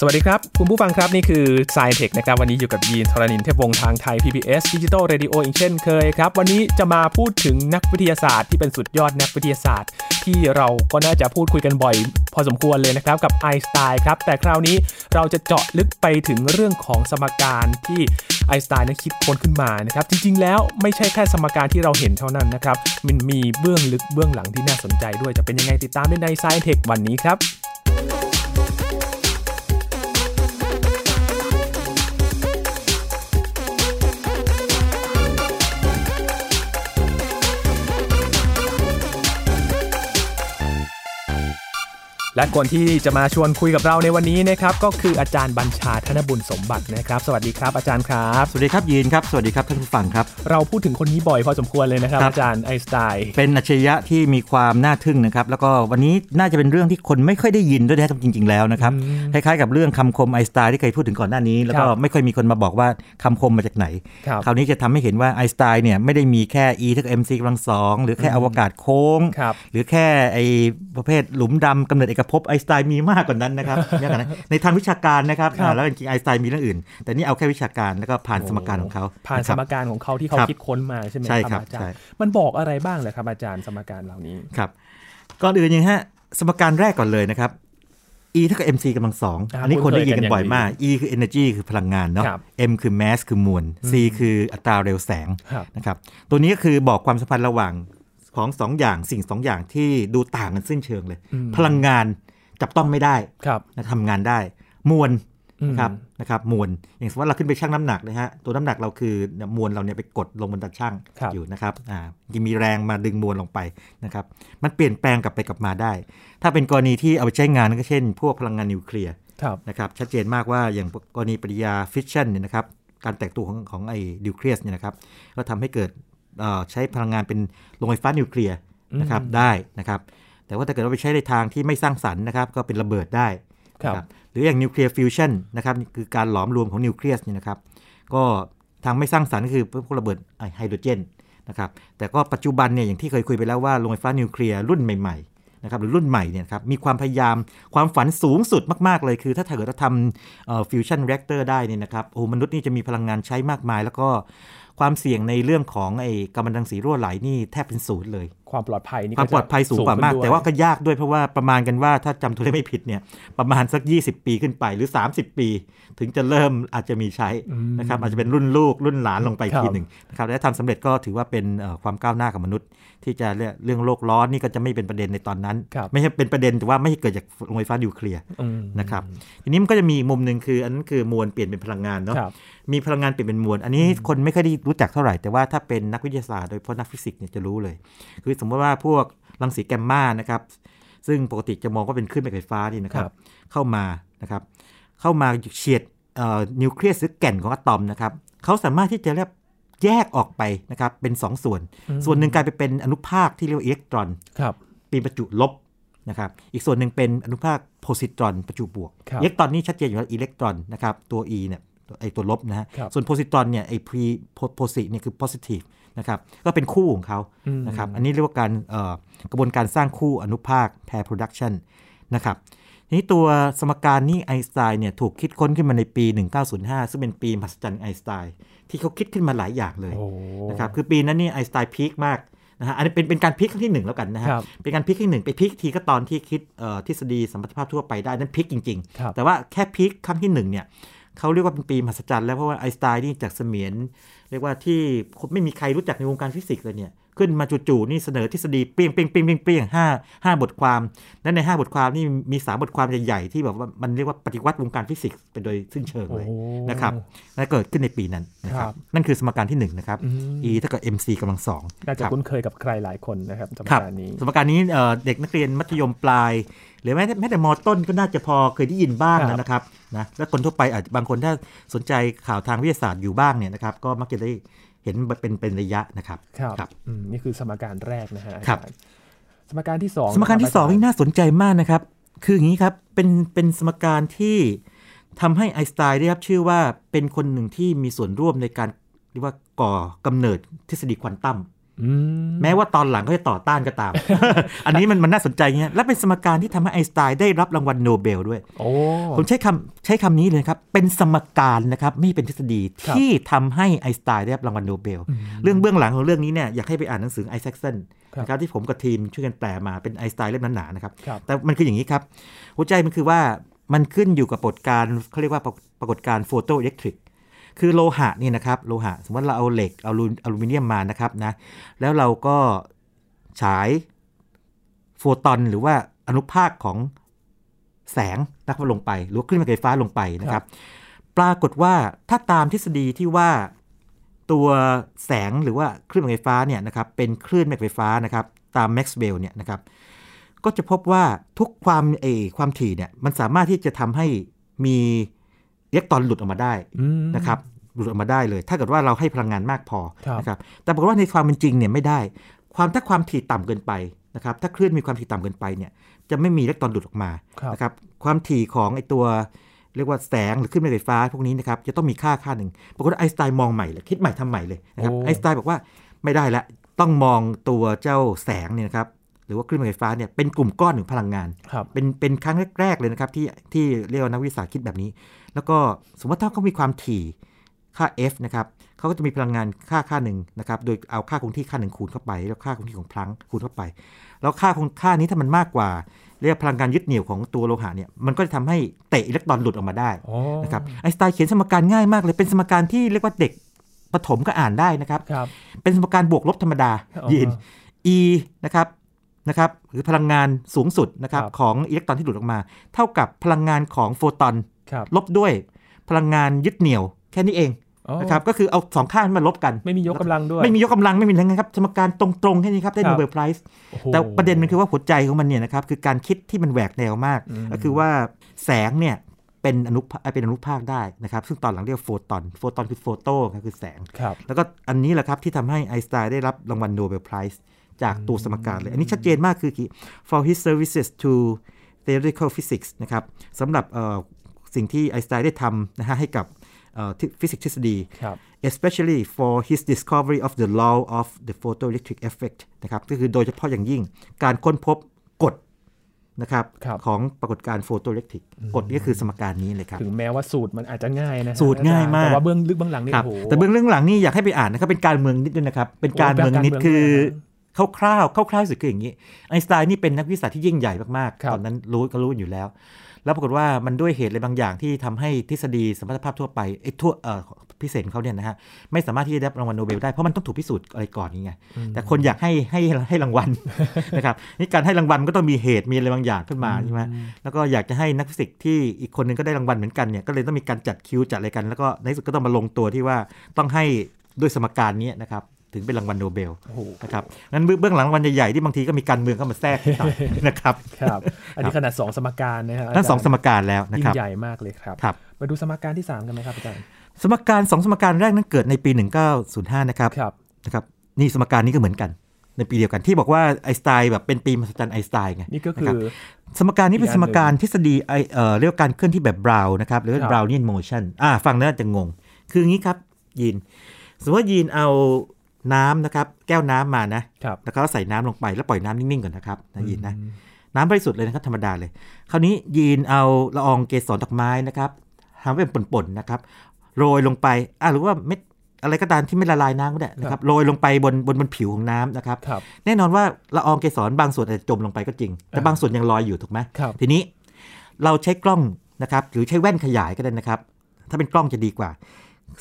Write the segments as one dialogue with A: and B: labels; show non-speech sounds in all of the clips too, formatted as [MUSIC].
A: สวัสดีครับ คุณผู้ฟังครับ นี่คือ s ซ i เทคนะครับ วันนี้อยู่กับยีนทรณินเทพวงศ์ทางไทย PBS Digital Radio อีกเช่นเคยครับ วันนี้จะมาพูดถึงนักวิทยาศาสตร์ที่เป็นสุดยอดนักวิทยาศาสตร์ ที่เราก็น่าจะพูดคุยกันบ่อย พอสมควรเลยนะครับ กับไอน์สไตน์ครับ แต่คราวนี้เราจะเจาะลึกไปถึงเรื่องของสมการที่ไอน์สไตน์นั้นคิดค้นขึ้นมานะครับจริง ๆ แล้วไม่ใช่แค่สมการที่เราเห็นเท่านั้นนะครับมันมีเบื้องลึกเบื้องหลังที่น่าสนใจด้วยจะเป็นยังไงติดตามได้ใน s ซ i เทควันนี้ครับ และคนที่จะมาชวนคุยกับเราในวันนี้นะครับก็คืออาจารย์บัญชาธนบุญสมบัตินะครับ สวัสดีครับอาจารย์ครับ
B: สวัสดีครับยีนครับ สวัสดีครับท่านผู้ฟังครับ
A: เราพูดถึงคนนี้บ่อยพอสมควรเลยนะครับ
B: ครับ
A: อาจารย์ไอน์สไตน์
B: เป็นอัจฉริยะที่มีความน่าทึ่งนะครับแล้วก็วันนี้น่าจะเป็นเรื่องที่คนไม่ค่อยได้ยินด้วยนะครับจริง ๆ แล้วนะครับคล้ายๆกับเรื่องคำคมไอน์สไตน์ที่เคยพูดถึงก่อนหน้านี้ แล้วก็ไม่ค่อยมีคนมาบอกว่าคำคมมาจากไหน
A: ครับ
B: คราวนี้จะทำให้เห็นว่าไอน์สไตน์เนี่ยไม่ได้มีแค่ e เท่ากับ mc กำลังสองหรือแค่อวกาศโค้ง
A: ครับ
B: หรือแค่ไอประเภทหลุมดำกำเนิดเอกภพไอน์สไตน์มีมากกว่านั้น
A: [LAUGHS]
B: นะครับ เยอะกว่านั้นในทางวิชาการนะครับอ่าแล้วจริงๆไอน์สไตน์มีเรื่องอื่น แต่นี่เอาแค่วิชาการแล้วก็ผ่านสมการของเขา
A: ผ่านสม
B: ะครับ
A: การของเขาที่เขา
B: ครับ
A: คิดค้นมาใช่ไหม
B: ใช่
A: ค
B: ค
A: รั
B: รั
A: บบ อาจาร
B: ใช่
A: ย์มันบอกอะไรบ้างเหรอครับอาจารย์สมการเหล่านี้
B: ครับก่อนอื่นอย่างฮะสมการแรกก่อนเลยนะครับ e เท่ากับ mc กำลังสอง
A: อ่า
B: อันนี้
A: คุ้
B: คน น
A: เคย
B: ได้ยินกัน
A: กัน
B: บ่อยมาก e คือ energy คือพลังงานเนาะ
A: ครับ
B: m คือ mass คือมวล c คืออัตราเร็วแสง
A: ครับ
B: นะครับตัวนี้ก็คือบอกความสัมพันธ์ระหว่างของสองอย่างสิ่งสองอย่างที่ดูต่างกันสิ้นเชิงเลย พลังงานจับต้องไม่ได้
A: ครับ
B: นะทำงานได้ มวล
A: อืม
B: นะครับนะครับมวลอย่างสมมติว่าเราขึ้นไปชั่งน้ำหนักนะฮะตัวน้ำหนักเราคือมวลเราเนี่ยไปกดลงบนตาชั่ง
A: ครับ
B: อยู่นะครับอ่ายังมีแรงมาดึงมวลลงไปนะครับ มันเปลี่ยนแปลงกลับไปกลับมาได้ ถ้าเป็นกรณีที่เอาไปใช้งานก็เช่น พวกพลังงานนิวเคลียร์
A: ครับ
B: นะครับ ชัดเจนมากว่าอย่างกรณีปฏิกิริยาฟิชชันเนี่ยนะครับ การแตกตัวของของไอ้นิวเคลียสเนี่ยนะครับ ก็ทำให้เกิดเอ่อใช้พลังงานเป็นโรงไฟฟ้านิวเคลียร์นะครับได้นะครับ แต่ว่าถ้าเกิดว่าไปใช้ในทางที่ไม่สร้างสรรค์นะครับ ก็เป็นระเบิดได้
A: ครับ
B: นะครับหรืออย่างนิวเคลียร์ฟิวชันนะครับคือการหลอมรวมของนิวเคลียสเนี่ยนะครับก็ทางไม่สร้างสรรค์ก็คือพวกระเบิดไฮโดรเจนนะครับแต่ก็ปัจจุบันเนี่ยอย่างที่เคยคุยไปแล้วว่าโรงไฟฟ้านิวเคลียร์รุ่นใหม่ๆนะครับหรือรุ่นใหม่เนี่ยนะครับมีความพยายามความฝันสูงสุดมากๆเลยคือ ถ้าเกิดเราทำฟิวชันเรกเตอร์ได้เนี่ยนะครับโอ้มนุษย์นี่จะมีพลังงานใช้มากมาย แล้วก็ความเสี่ยงในเรื่องของไอ้กัมมันตรังสีรั่วไหลนี่แทบเป็นศูนย์เลย
A: ความปลอดภัยนี่
B: ความปลอดภัยสูงกว่ามาก
A: ขึ้นด้ย
B: แต่ว่าก็ยากด้วยเพราะว่าประมาณกันว่าถ้าจำตัวเลขไม่ผิดเนี่ยประมาณสัก 20 ปีขึ้นไปหรือ 30 ปี ถึงจะเริ่มอาจจะมีใช้นะครับอาจจะเป็นรุ่นลูกรุ่นหลานลงไปอีกทีหนึ่งนะครับและทำสำเร็จก็ถือว่าเป็นเอ่อความก้าวหน้าของมนุษย์ ที่จะเรื่องเรื่องโลกร้อนนี่ก็จะไม่เป็นประเด็นในตอนนั้น
A: ครับ
B: ไม่ใช่เป็นประเด็นแต่ว่าไม่ให้เกิดจากโรงไฟฟ้านิวเคลียร์
A: อืม
B: นะครับทีนี้มันก็จะมีอีกมุมหนึ่งคืออันนั้นคือมวลเปลี่ยนเป็นพลังงานเนาะ
A: ครับ
B: มีพลังงานเปลี่ยนเป็นมวลอันนี้คนไม่ค่อยได้รู้จักเท่าไหร่แต่ว่าถ้าเป็นนักวิทยาศาสตร์โดยเฉพาะนักฟิสิกส์เนี่ยจะรู้เลย คือสมมติว่าพวกรังสีแกมมานะครับ ซึ่งปกติจะมองว่าเป็นคลื่นแม่เหล็กไฟฟ้านี่นะครั
A: ครับ บ
B: เข้ามานะครับ เข้ามาเฉียดเอ่อนิวเคลียสหรือแก่นของอะตอมนะครับเขาสามารถที่จะเรียกแยกออกไปนะครับเป็นสองส่วน ส่วนหนึ่งกลายไปเป็นอนุภาคที่เรียกว่าอิเล็กตรอน
A: ครับ
B: เป็นประจุลบนะครับ อีกส่วนหนึ่งเป็นอนุภาคโพสิตรอนประจุบวก
A: ครับ
B: อิเล็กตรอนนี่ชัดเจนอยู่แล้วอิเล็กตรอนนะครับตัว e เนี่ยตัวไอตัวลบนะฮะ
A: ครับ
B: ส่วนโพสิตรอนเนี่ยไอพีโพสิเนี่ยคือ positive นะครับก็เป็นคู่ของเขา
A: อืม
B: นะครับอันนี้เรียกว่าการเอ่อกระบวนการสร้างคู่อนุภาค pair production นะครับทีนี้ตัวสมการนี้ไอน์สไตน์เนี่ยถูกคิดค้นขึ้นมาในปี 1905 ซึ่งเป็นปีมหัศจรรย์ไอน์สไตน์ที่เขาคิดขึ้นมาหลายอย่างเลย
A: โอ้
B: นะครับคือปีนั้นเนี่ยไอน์สไตน์พีคมากนะฮะอันนี้เป็นเป็นการพีคครั้งที่หนึ่งแล้วกันนะฮะ
A: ครับ
B: เป็นการพีคครั้งที่หนึ่งไปพีคทีก็ตอนที่คิดเอ่อทฤษฎีสัมพัทธภาพทั่วไปได้นั่นพีคจริง
A: ครับ
B: ๆ แต่ว่าแค่พีคครั้งที่หนึ่งเนี่ยเขาเรียกว่าเป็นปีมหัศจรรย์แล้วเพราะว่าไอน์สไตน์นี่จากเสมียน เรียกว่าที่ไม่มีใครรู้จักในวงการฟิสิกส์เลยเนี่ย ขึ้นมาจู่ๆนี่เสนอทฤษฎีเปรี้ยงเปรี้ยงเปรี้ยงเปรี้ยงเปรี้ยงห้าห้าบทความ และใน 5 บทความนี่มี 3 บทความใหญ่ๆที่แบบว่ามันเรียกว่าปฏิวัติวงการฟิสิกส์ไปโดยสิ้นเชิงเลย
A: โอ้
B: นะครับและเกิดขึ้นในปีนั้นนะค
A: ครั
B: รับ บนั่นคือสมการที่ 1 นะครับ e เท่ากับ mc กำลังสอง
A: น่าจะ
B: ครับ
A: คุ้นเคยกับใครหลายคนนะครับสม
B: ครับ
A: การนี้
B: สมการนี้เอ่อเด็กนักเรียนมัธยมปลาย หรือแม้แต่แม้แต่มอต้นก็น่าจะพอเคยได้ยินบ้าง
A: ครับ
B: นะนะครับนะและคนทั่วไปอาจจะบางคนถ้าสนใจข่าวทางวิทยาศาสตร์อยู่บ้างเนี่ยนะครับก็มักจะได้เห็นเป็นเป็นระยะนะครับ
A: ครับ
B: ครับ
A: อืมนี่คือสมการแรกนะฮะ
B: ครับ
A: อาจาย์สมการที่สอง
B: สมการที่
A: ะ
B: ส
A: บ
B: องนี่น่าสนใจมากนะครับ คืออย่างนี้ครับ เป็นเป็นสมการที่ทำให้ไอน์สไตน์ได้รับชื่อว่าเป็นคนหนึ่งที่มีส่วนร่วมในการเรียกว่าก่อกำเนิดทฤษฎีควอนตัม
A: อื
B: แม้ว่าตอนหลังก็จะต่อต้านก็ตาม [LAUGHS] อันนี้มันมันน่าสนใจเงี้ยและเป็นสมการที่ทำให้ไอน์สไตน์ได้รับรางวัลโนเบลด้วย
A: โอ้
B: ผมใช้คำใช้คำนี้เลยนะครับ เป็นสมการนะครับไม่เป็นทฤษฎี
A: ครับ
B: ที่ทำให้ไอน์สไตน์ได้รับรางวัลโนเบล เรื่องเบื้องหลังของเรื่องนี้เนี่ยอยากให้ไปอ่านหนังสือไอแซคเซนนะครับที่ผมกับทีมช่วยกันแปลมาเป็นไอน์สไตน์เล่มหนาๆนะครับ
A: ครับ
B: แต่มันคืออย่างนี้ครับ หัวใจมันคือว่ามันขึ้นอยู่กับปรากฏการณ์เขาเรียกว่าปรากปรากฏการณ์โฟโตอิเล็กทริก คือโลหะนี่นะครับโลหะ สมมติเราเอาเหล็กเอาอลูอลูมิเนียมมานะครับนะแล้วเราก็ฉายโฟตอนหรือว่าอนุภาคของแสงนะครับลงไป หรือว่าคลื่นแม่เหล็กไฟฟ้าลงไปนะครับ ปรากฏว่าถ้าตามทฤษฎีที่ว่าตัวแสงหรือว่าคลื่นแม่เหล็กไฟฟ้าเนี่ยนะครับเป็นคลื่นแม่เหล็กไฟฟ้านะครับตามแม็กซ์เวลล์เนี่ยนะครับ ก็จะพบว่าทุกความเออความถี่เนี่ยมันสามารถที่จะทำให้มีอิเล็กตรอนหลุดออกมาได้
A: อืม
B: นะครับหลุดออกมาได้เลย ถ้าเกิดว่าเราให้พลังงานมากพอ
A: ครับ
B: นะครับแต่ปรากฏว่าในความเป็นจริงเนี่ยไม่ได้ ความถ้าความถี่ต่ำเกินไปนะครับถ้าคลื่นมีความถี่ต่ำเกินไปเนี่ยจะไม่มีอิเล็กตรอนหลุดออกมา
A: ครับ
B: นะครับความถี่ของไอตัวเรียกว่าแสงหรือคลื่นแม่เหล็กไฟฟ้าพวกนี้นะครับจะต้องมีค่าค่าหนึ่งปรากฏว่าไอน์สไตน์มองใหม่เลยคิดใหม่ทำใหม่เลยนะครับ
A: โอ้
B: ไอน์สไตน์บอกว่าไม่ได้ละต้องมองตัวเจ้าแสงเนี่ยนะครับ หรือว่าคลื่นแม่เหล็กไฟฟ้าเนี่ยเป็นกลุ่มก้อนของพลังงาน
A: ครับ
B: เป็นเป็นครั้งแรก ๆ เลยนะครับ ที่ที่เรียกว่านักวิทยาศาสตร์คิดแบบนี้ แล้วก็สมมติถ้าเขามีความถี่ค่า f นะครับเขาก็จะมีพลังงานค่าค่าหนึ่งนะครับโดยเอาค่าคงที่ค่าหนึ่งคูณเข้าไป แล้วค่าคงที่ของพลังคูณเข้าไป แล้วค่าคงค่านี้ถ้ามันมากกว่า เรียกว่าพลังงานยึดเหนี่ยวของตัวโลหะเนี่ยมันก็จะทำให้เตะอิเล็กตรอนหลุดออกมาได้
A: โอ้
B: นะครับไอน์สไตน์เขียนสมการง่ายมากเลยเป็นสมการที่เรียกว่าเด็กปฐมก็อ่านได้นะครับ
A: ครับ
B: เป็นสมการบวกลบธรรมดา
A: อ๋อ
B: ยีน E นะครับนะครับหรือพลังงานสูงสุดนะครับ
A: ครับ
B: ของอิเล็กตรอนที่หลุดออกมา เท่ากับพลังงานของโฟตอน
A: ครับ
B: ลบด้วยพลังงานยึดเหนี่ยว แค่นี้เอง
A: โอ้
B: นะครับก็คือเอาสองข้างมาลบกัน
A: ไม่มียกกำลังด้วย
B: ไม่มียกกำลังไม่มีทั้งนั้นครับสมการตรงๆแค่นี้ครับได้
A: ครับ
B: โนเบลไพรส์
A: โอ้โห
B: แต่ประเด็นมันคือว่าหัวใจของมันเนี่ยนะครับคือการคิดที่มันแหวกแนวมาก
A: อืม
B: ก็คือว่าแสงเนี่ยเป็นอนุภาเป็นอนุภาคได้นะครับ ซึ่งตอนหลังเรียกโฟตอนโฟตอนคือโฟโตก็คือแสง
A: ครับ
B: แล้วก็อันนี้แหละครับที่ทำให้ไอน์สไตน์ได้รับรางวัลโนเบลไพรส์จากตัวสมการเลย อันนี้ชัดเจนมากคือ for his services to theoretical physics นะครับสำหรับเอ่อสิ่งที่ไอน์สไตน์ได้ทำนะฮะให้กับฟิสิกส์ทฤษฎี
A: ครับ
B: especially for his discovery of the law of the photoelectric effect นะครับก็คือโดยเฉพาะอย่างยิ่งการค้นพบกฎนะครับ
A: ครับ
B: ของปรากฏการณ์โฟโตอิเล็กทริกกฎก็คือสมการนี้เลยครับ
A: ถึงแม้ว่าสูตรมันอาจจะง่ายนะฮะ
B: สูตรง่ายมาก
A: แต่ว่าเบื้องลึกเบื้องหลังนี่
B: ครับ
A: โอ้โห
B: แต่เบื้องเรื่องหลังนี่อยากให้ไปอ่านนะครับเป็นการเมืองนิดด้วยนะครับ เป็นการเมืองนิด
A: โอ้เป็นการเมือง
B: คื
A: ด
B: อ
A: ้วยน
B: คร่าวๆคร่าวๆสุดคืออย่างนี้ไอน์สไตน์นี่เป็นนักวิทยาศาสตร์ที่ยิ่งใหญ่มาก
A: ครับ
B: ๆ ตอนนั้นรู้ก็รู้อยู่แล้ว แล้วปรากฏว่ามันด้วยเหตุอะไรบางอย่างที่ทำให้ทฤษฎีสมรรถภาพทั่วไปไอ้ยทั่วเอ่อพิเศษของเขาเนี่ยนะฮะไม่สามารถที่จะได้รางวัลโนเบลได้เพราะมันต้องถูกพิสูจน์อะไรก่อนนี่ไงแต่คนอยากให้ให้ให้รางวัล [LAUGHS] นะครับนี่การให้รางวัลมันก็ต้องมีเหตุมีอะไรบางอย่างขึ้นมาใช่ไหมแล้วก็อยากจะให้นักฟิสิกส์ที่อีกคนนึงก็ได้รางวัลเหมือนกันเนี่ยก็เลยต้องมีการจัดคิวจัดอะไรกัน แล้วก็ในที่สุดก็ต้องมาลงตัวที่ว่าต้องให้ด้วยสมการนี้นะครับถึงเป็นรางวัลโนเบล
A: โอ้โห
B: นะครับงั้นเบื้องหลังรางวัลใหญ่ๆที่บางทีก็มีการเมืองเข้ามาแทรกนิดหน่อย นะครับ
A: ครับ อันนี้ขนาดสองสมการนะฮะ
B: ทั้งสองสมการแล้วนะ
A: ยิ่ง
B: ครับ
A: ใหญ่มากเลยครับ
B: ครับ
A: มาดูสมการที่ 3 กันไหมครับอาจารย์
B: สมการสองสมการแรกนั้นเกิดในปี 1905 นะครับ
A: ครับ
B: นะครับ นี่สมการนี้ก็เหมือนกัน ในปีเดียวกันที่บอกว่าไอน์สไตน์แบบเป็นปีมหัศจรรย์ไอน์สไตน์ไง
A: นี่ก็คื
B: ะรับ
A: อ
B: สมการนี้เป็น
A: อีกอั
B: ส
A: น
B: มการทฤษฎีไอเอ่อเรียกว่าการเคลื่อนที่แบบบราวนะครับหรือว่า
A: ครับ
B: Brownian motion อ่าฟังแล้วอาจจะงง คืออย่างนี้ครับยีน สมมติว่ายีนเอาน้ำนะครับ แก้วน้ำมานะครับ แล้วก็ใส่น้ำลงไปแล้วปล่อยน้ำนิ่งๆก่อนนะครับนะยีนนะ
A: อืม
B: น้ำบริสุทธิ์เลยนะครับธรรมดาเลย คราวนี้ยีนเอาละอองเกสรดอกไม้นะครับทำเป็นป่นๆนะครับโรยลงไปอ่าหรือว่าเม็ดอะไรก็ตามที่ไม่ละลายน้ำก็ได้นะครับโรยลงไปบนบนบนผิวของน้ำนะครับ
A: ครับ
B: แน่นอนว่าละอองเกสรบางส่วนอาจจะจมลงไปก็จริง แต่
A: อ่า
B: บางส่วนยังลอยอยู่ถูกไหม
A: ครับ
B: ทีนี้เราใช้กล้องนะครับ หรือใช้แว่นขยายก็ได้นะครับ ถ้าเป็นกล้องจะดีกว่า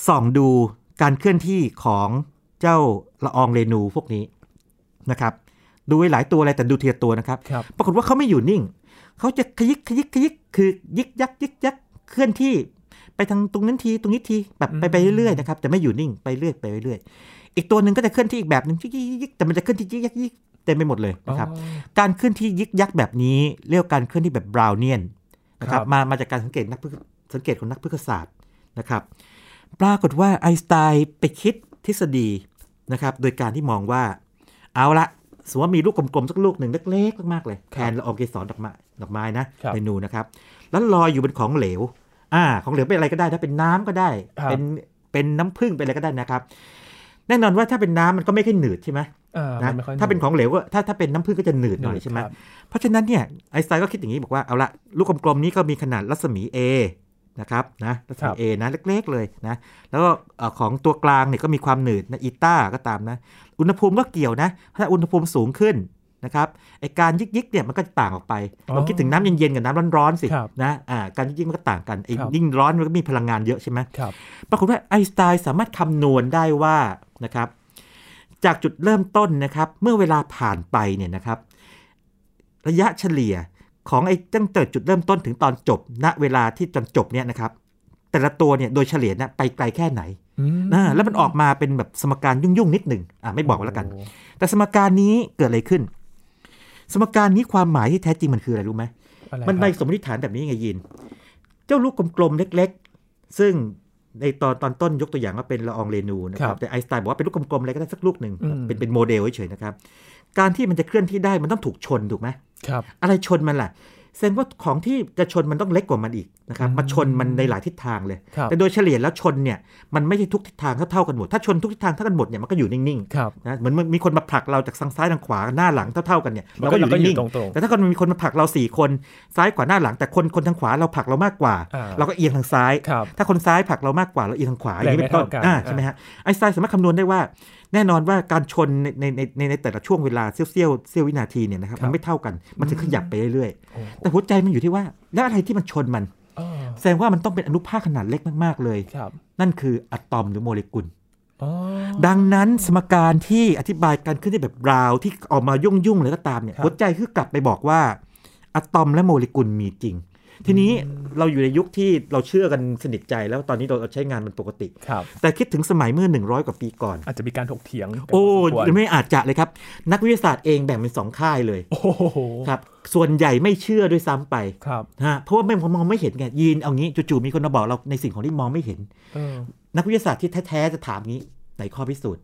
B: ส่องดูการเคลื่อนที่ของเจ้าละอองเรนูพวกนี้นะครับ ดูไว้หลายตัวเลยแต่ดูทีละตัวนะครับ
A: ครับ
B: ปรากฏว่าเขาไม่อยู่นิ่ง เขาจะขยิกขยิกขยิกคือยิกยักยิกยักเคลื่อนที่ไปทางตรงนั้นทีตรงนี้ทีแบบไป
A: อืม
B: ไปเรื่อยๆนะครับแต่ไม่อยู่นิ่งไปเรื่อยไปเรื่อยอีกตัวหนึ่งก็จะเคลื่อนที่อีกแบบหนึ่งยิกยิกยิกยิกแต่มันจะเคลื่อนที่ยิกยักยิกเต็มไปหมดเลยนะครับ
A: อ๋อ
B: การเคลื่อนที่ยิกยักแบบนี้เรียกว่าการเคลื่อนที่แบบบราวเนียนนะค
A: ครั
B: รับบ มามาจากการสังเกตนักพฤกษสังเกตของนักพฤกษศาสตร์นะครับ ปรากฏว่าไอน์สไตน์ไปคิดทฤษฎีนะครับ โดยการที่มองว่า เอาละสมมติว่ามีลูกกลมๆสักลูกหนึ่งเล็กๆมากๆเลย
A: ค
B: แท
A: รับ
B: นละอองเกสรดอกไม้ดอกไม้นะครับ เมนูนะครับ แล้วลอยอยู่บนของเหลว อ่า ของเหลวเป็นอะไรก็ได้ถ้าเป็นน้ำก็ได้
A: ครับ
B: เป็นเป็นน้ำผึ้งเป็นอะไรก็ได้นะครับ แน่นอนว่าถ้าเป็นน้ำมันก็ไม่ค่อยหนืดใช่ไหม
A: อ่ามั
B: นะ
A: ไม่ค่อย
B: ถ้าเป็นของเหลวก็ถ้าถ้าเป็นน้ำผึ้งก็จะหนืดหน่อยใช่ไหม
A: ครับ
B: เพราะฉะนั้นเนี่ยไอน์สไตน์ก็คิดอย่างนี้บอกว่าเอาละลูกกลมๆนี้ก็มีขนาดรัศมี A นะครับนะรัศมี A นะเล็กๆเลยนะแล้วก็เอ่อของตัวกลางเนี่ยก็มีความหนืดนะอีต้าก็ตามนะ อุณหภูมิก็เกี่ยวนะ ถ้าอุณหภูมิสูงขึ้นนะครับไอการยิกๆเนี่ยมันก็จะต่างออกไป
A: อ๋อ
B: ลองคิดถึงน้ำเย็นๆกับน้ำร้อนๆสิ
A: ครับ
B: นะอ่าการยิกๆมันก็ต่างกันไอ
A: ครับ
B: ยิ่งร้อนมันก็มีพลังงานเยอะใช่ไหม
A: ครับ
B: ปรากฏว่าไอน์สไตน์สามารถคำนวณได้ว่านะครับจากจุดเริ่มต้นนะครับเมื่อเวลาผ่านไปเนี่ยนะครับระยะเฉลี่ยของไอ้ตั้งแต่จุดเริ่มต้นถึงตอนจบ ณเวลาที่จนจบเนี่ยนะครับแต่ละตัวเนี่ยโดยเฉลี่ยนะไปไกลแค่ไหน
A: อืม
B: นะแล้วมันออกมาเป็นแบบสมการยุ่งๆนิดหนึ่งอ่ะไม่บอกแล้วกัน
A: โ
B: แต่สมการนี้เกิดอะไรขึ้น สมการนี้ความหมายที่แท้จริงมันคืออะไรรู้ไหม
A: อะไร
B: มันไป
A: ครับ
B: สมมติฐานแบบนี้ไงยิน เจ้าลูกกลมๆ เล็กๆ ซึ่งในตอนตอนต้นยกตัวอย่างว่าเป็นละอองเรนูนะครับ แต่ไอน์สไตน์บอกว่าเป็นลูกกลมๆ อะไรก็ได้สักลูกหนึ่ง
A: อืม
B: เป็นเป็นโมเดลเฉยๆนะครับ การที่มันจะเคลื่อนที่ได้มันต้องถูกชนถูกไหม
A: ครับ
B: อะไรชนมันล่ะแสดงว่าของที่จะชนมันต้องเล็กกว่ามันอีกนะครับ
A: อืม
B: มาชนมันในหลายทิศทางเลย
A: ครับ
B: แต่โดยเฉลี่ยแล้วชนเนี่ยมันไม่ใช่ทุกทิศทางเท่าๆกันหมด ถ้าชนทุกทิศทางเท่ากันหมดเนี่ยมันก็อยู่นิ่ง
A: ครับ
B: ๆ นะเหมือนมีคนมาผลักเราจากทางซ้ายทางขวาหน้าหลังเท่าๆกันเนี่ยเราก็อยู่นิ่งๆ
A: ตรง
B: แต่ถ้าคนมีคนมาผลักเราสี่คนซ้ายขวาหน้าหลัง แต่คนคนทางขวาเราผลักเรามากกว่า
A: อ่า
B: เราก็เอียงทางซ้าย
A: ๆครับ
B: ถ้าคนซ้ายผลักเรามากกว่าเราเอียงทางขวาอย่างนี้เป็นต้น
A: แรงไม่เท่ากัน
B: อ่า
A: อ่า
B: ใช่ไหมฮะไอน์สไตน์สามารถคำนวณได้ว่า แน่นอนว่าการชนในในในในในแต่ละช่วงเวลาเซี่ยวเซี่ยวเซี่ยววินาทีเนี่ยนะครับมันไม่เท่ากันมันถึงขยับไปเรื่อย
A: โอ้
B: ๆ แต่หัวใจมันอยู่ที่ว่า แล้วอะไรที่มันชนมัน
A: อ้อ
B: แสดงว่ามันต้องเป็นอนุภาคขนาดเล็กมากๆเลย
A: ครับ
B: นั่นคืออะตอมหรือโมเลกุล
A: อ๋อ
B: ดังนั้นสมการที่อธิบายการขึ้นที่แบบราวที่ออกมายุ่งๆเลยก็ตามเนี่ยหัวใจคือกลับไปบอกว่าอะตอมและโมเลกุลมีจริง ทีนี้เราอยู่ในยุคที่เราเชื่อกันสนิทใจแล้วตอนนี้เราใช้งานมันปกติ
A: ครับ
B: แต่คิดถึงสมัยเมื่อ 100 กว่าปีก่อน
A: อาจจะมีการถกเถียงกัน
B: โอ้
A: พสมควร
B: ไม่อาจจะเลยครับ นักวิทยาศาสตร์เองแบ่งเป็นสองค่ายเลย
A: โอ้โห
B: ครับส่วนใหญ่ไม่เชื่อด้วยซ้ำไป
A: ครับ
B: นะฮะเพราะว่าไม่มองไม่เห็นไงยีนเอางี้จู่ๆมีคนมาบอกเราในสิ่งของที่มองไม่เห็น
A: เออ
B: นักวิทยาศาสตร์ที่แท้ ๆ จะถามงี้ไหนข้อพิสูจน์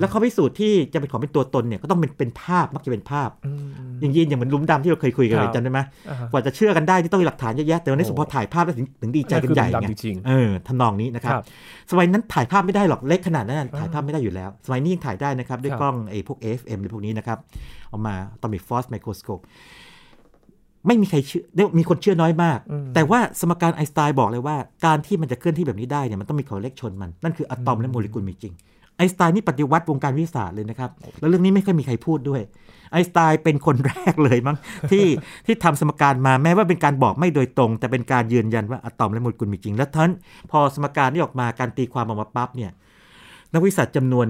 B: แล้วข้อพิสูจน์ที่จะเป็นของเป็นตัวตนเนี่ยก็ต้องเป็นเป็นภาพมักจะเป็นภาพ
A: อืม
B: อย่างยีนอย่างเหมือนลุมดำที่เราเคยคุยกั
A: ค
B: น
A: รับ
B: เลยจำได้ไหม
A: อ่าฮะ
B: กว่าจะเชื่อกันได้ที่ต้องมีหลักฐานเยอะแยะแต่วันนี้
A: โอ้
B: สมพอถ่ายภาพแล้วถึงถึงดีใจกันใหญ่
A: คือ
B: ไง
A: ดำจริง
B: เออทำนองนี้นะครับ
A: ครับ
B: สมัยนั้นถ่ายภาพไม่ได้หรอกเล็กขนาดนั้นถ่ายภาพไม่ได้อยู่แล้ว สมัยนี้ยังถ่ายได้นะครับด้วย
A: ครับ
B: กล้องไอ้พวก FM หรือพวกนี้นะครับเอามาตอมิฟอสไมโครสโคปไม่มีใครเชื่อเรียกว่ามีคนเชื่อน้อยมาก
A: อืม
B: แต่ว่าสมการไอน์สไตน์บอกเลยว่าการที่มันจะเคลื่อนที่แบบนี้ได้เนี่ยมันต้องมีของเล็กชนมัน นั่นคืออะตอมและโมเลกุลมีจริงไอน์สไตน์นี่ปฏิวัติวงการวิทยาศาสตร์เลยนะครับ แล้วเรื่องนี้ไม่ค่อยมีใครพูดด้วยไอน์สไตน์เป็นคนแรกเลยมั้ง [LAUGHS] ที่ที่ทำสมการมาแม้ว่าเป็นการบอกไม่โดยตรง แต่เป็นการยืนยันว่าอะตอมและโมเลกุลมีจริง แล้วทั้นพอสมการนี้ออกมาการตีความออกมาปั๊บเนี่ยนักวิทยาศาสตร์จำนวน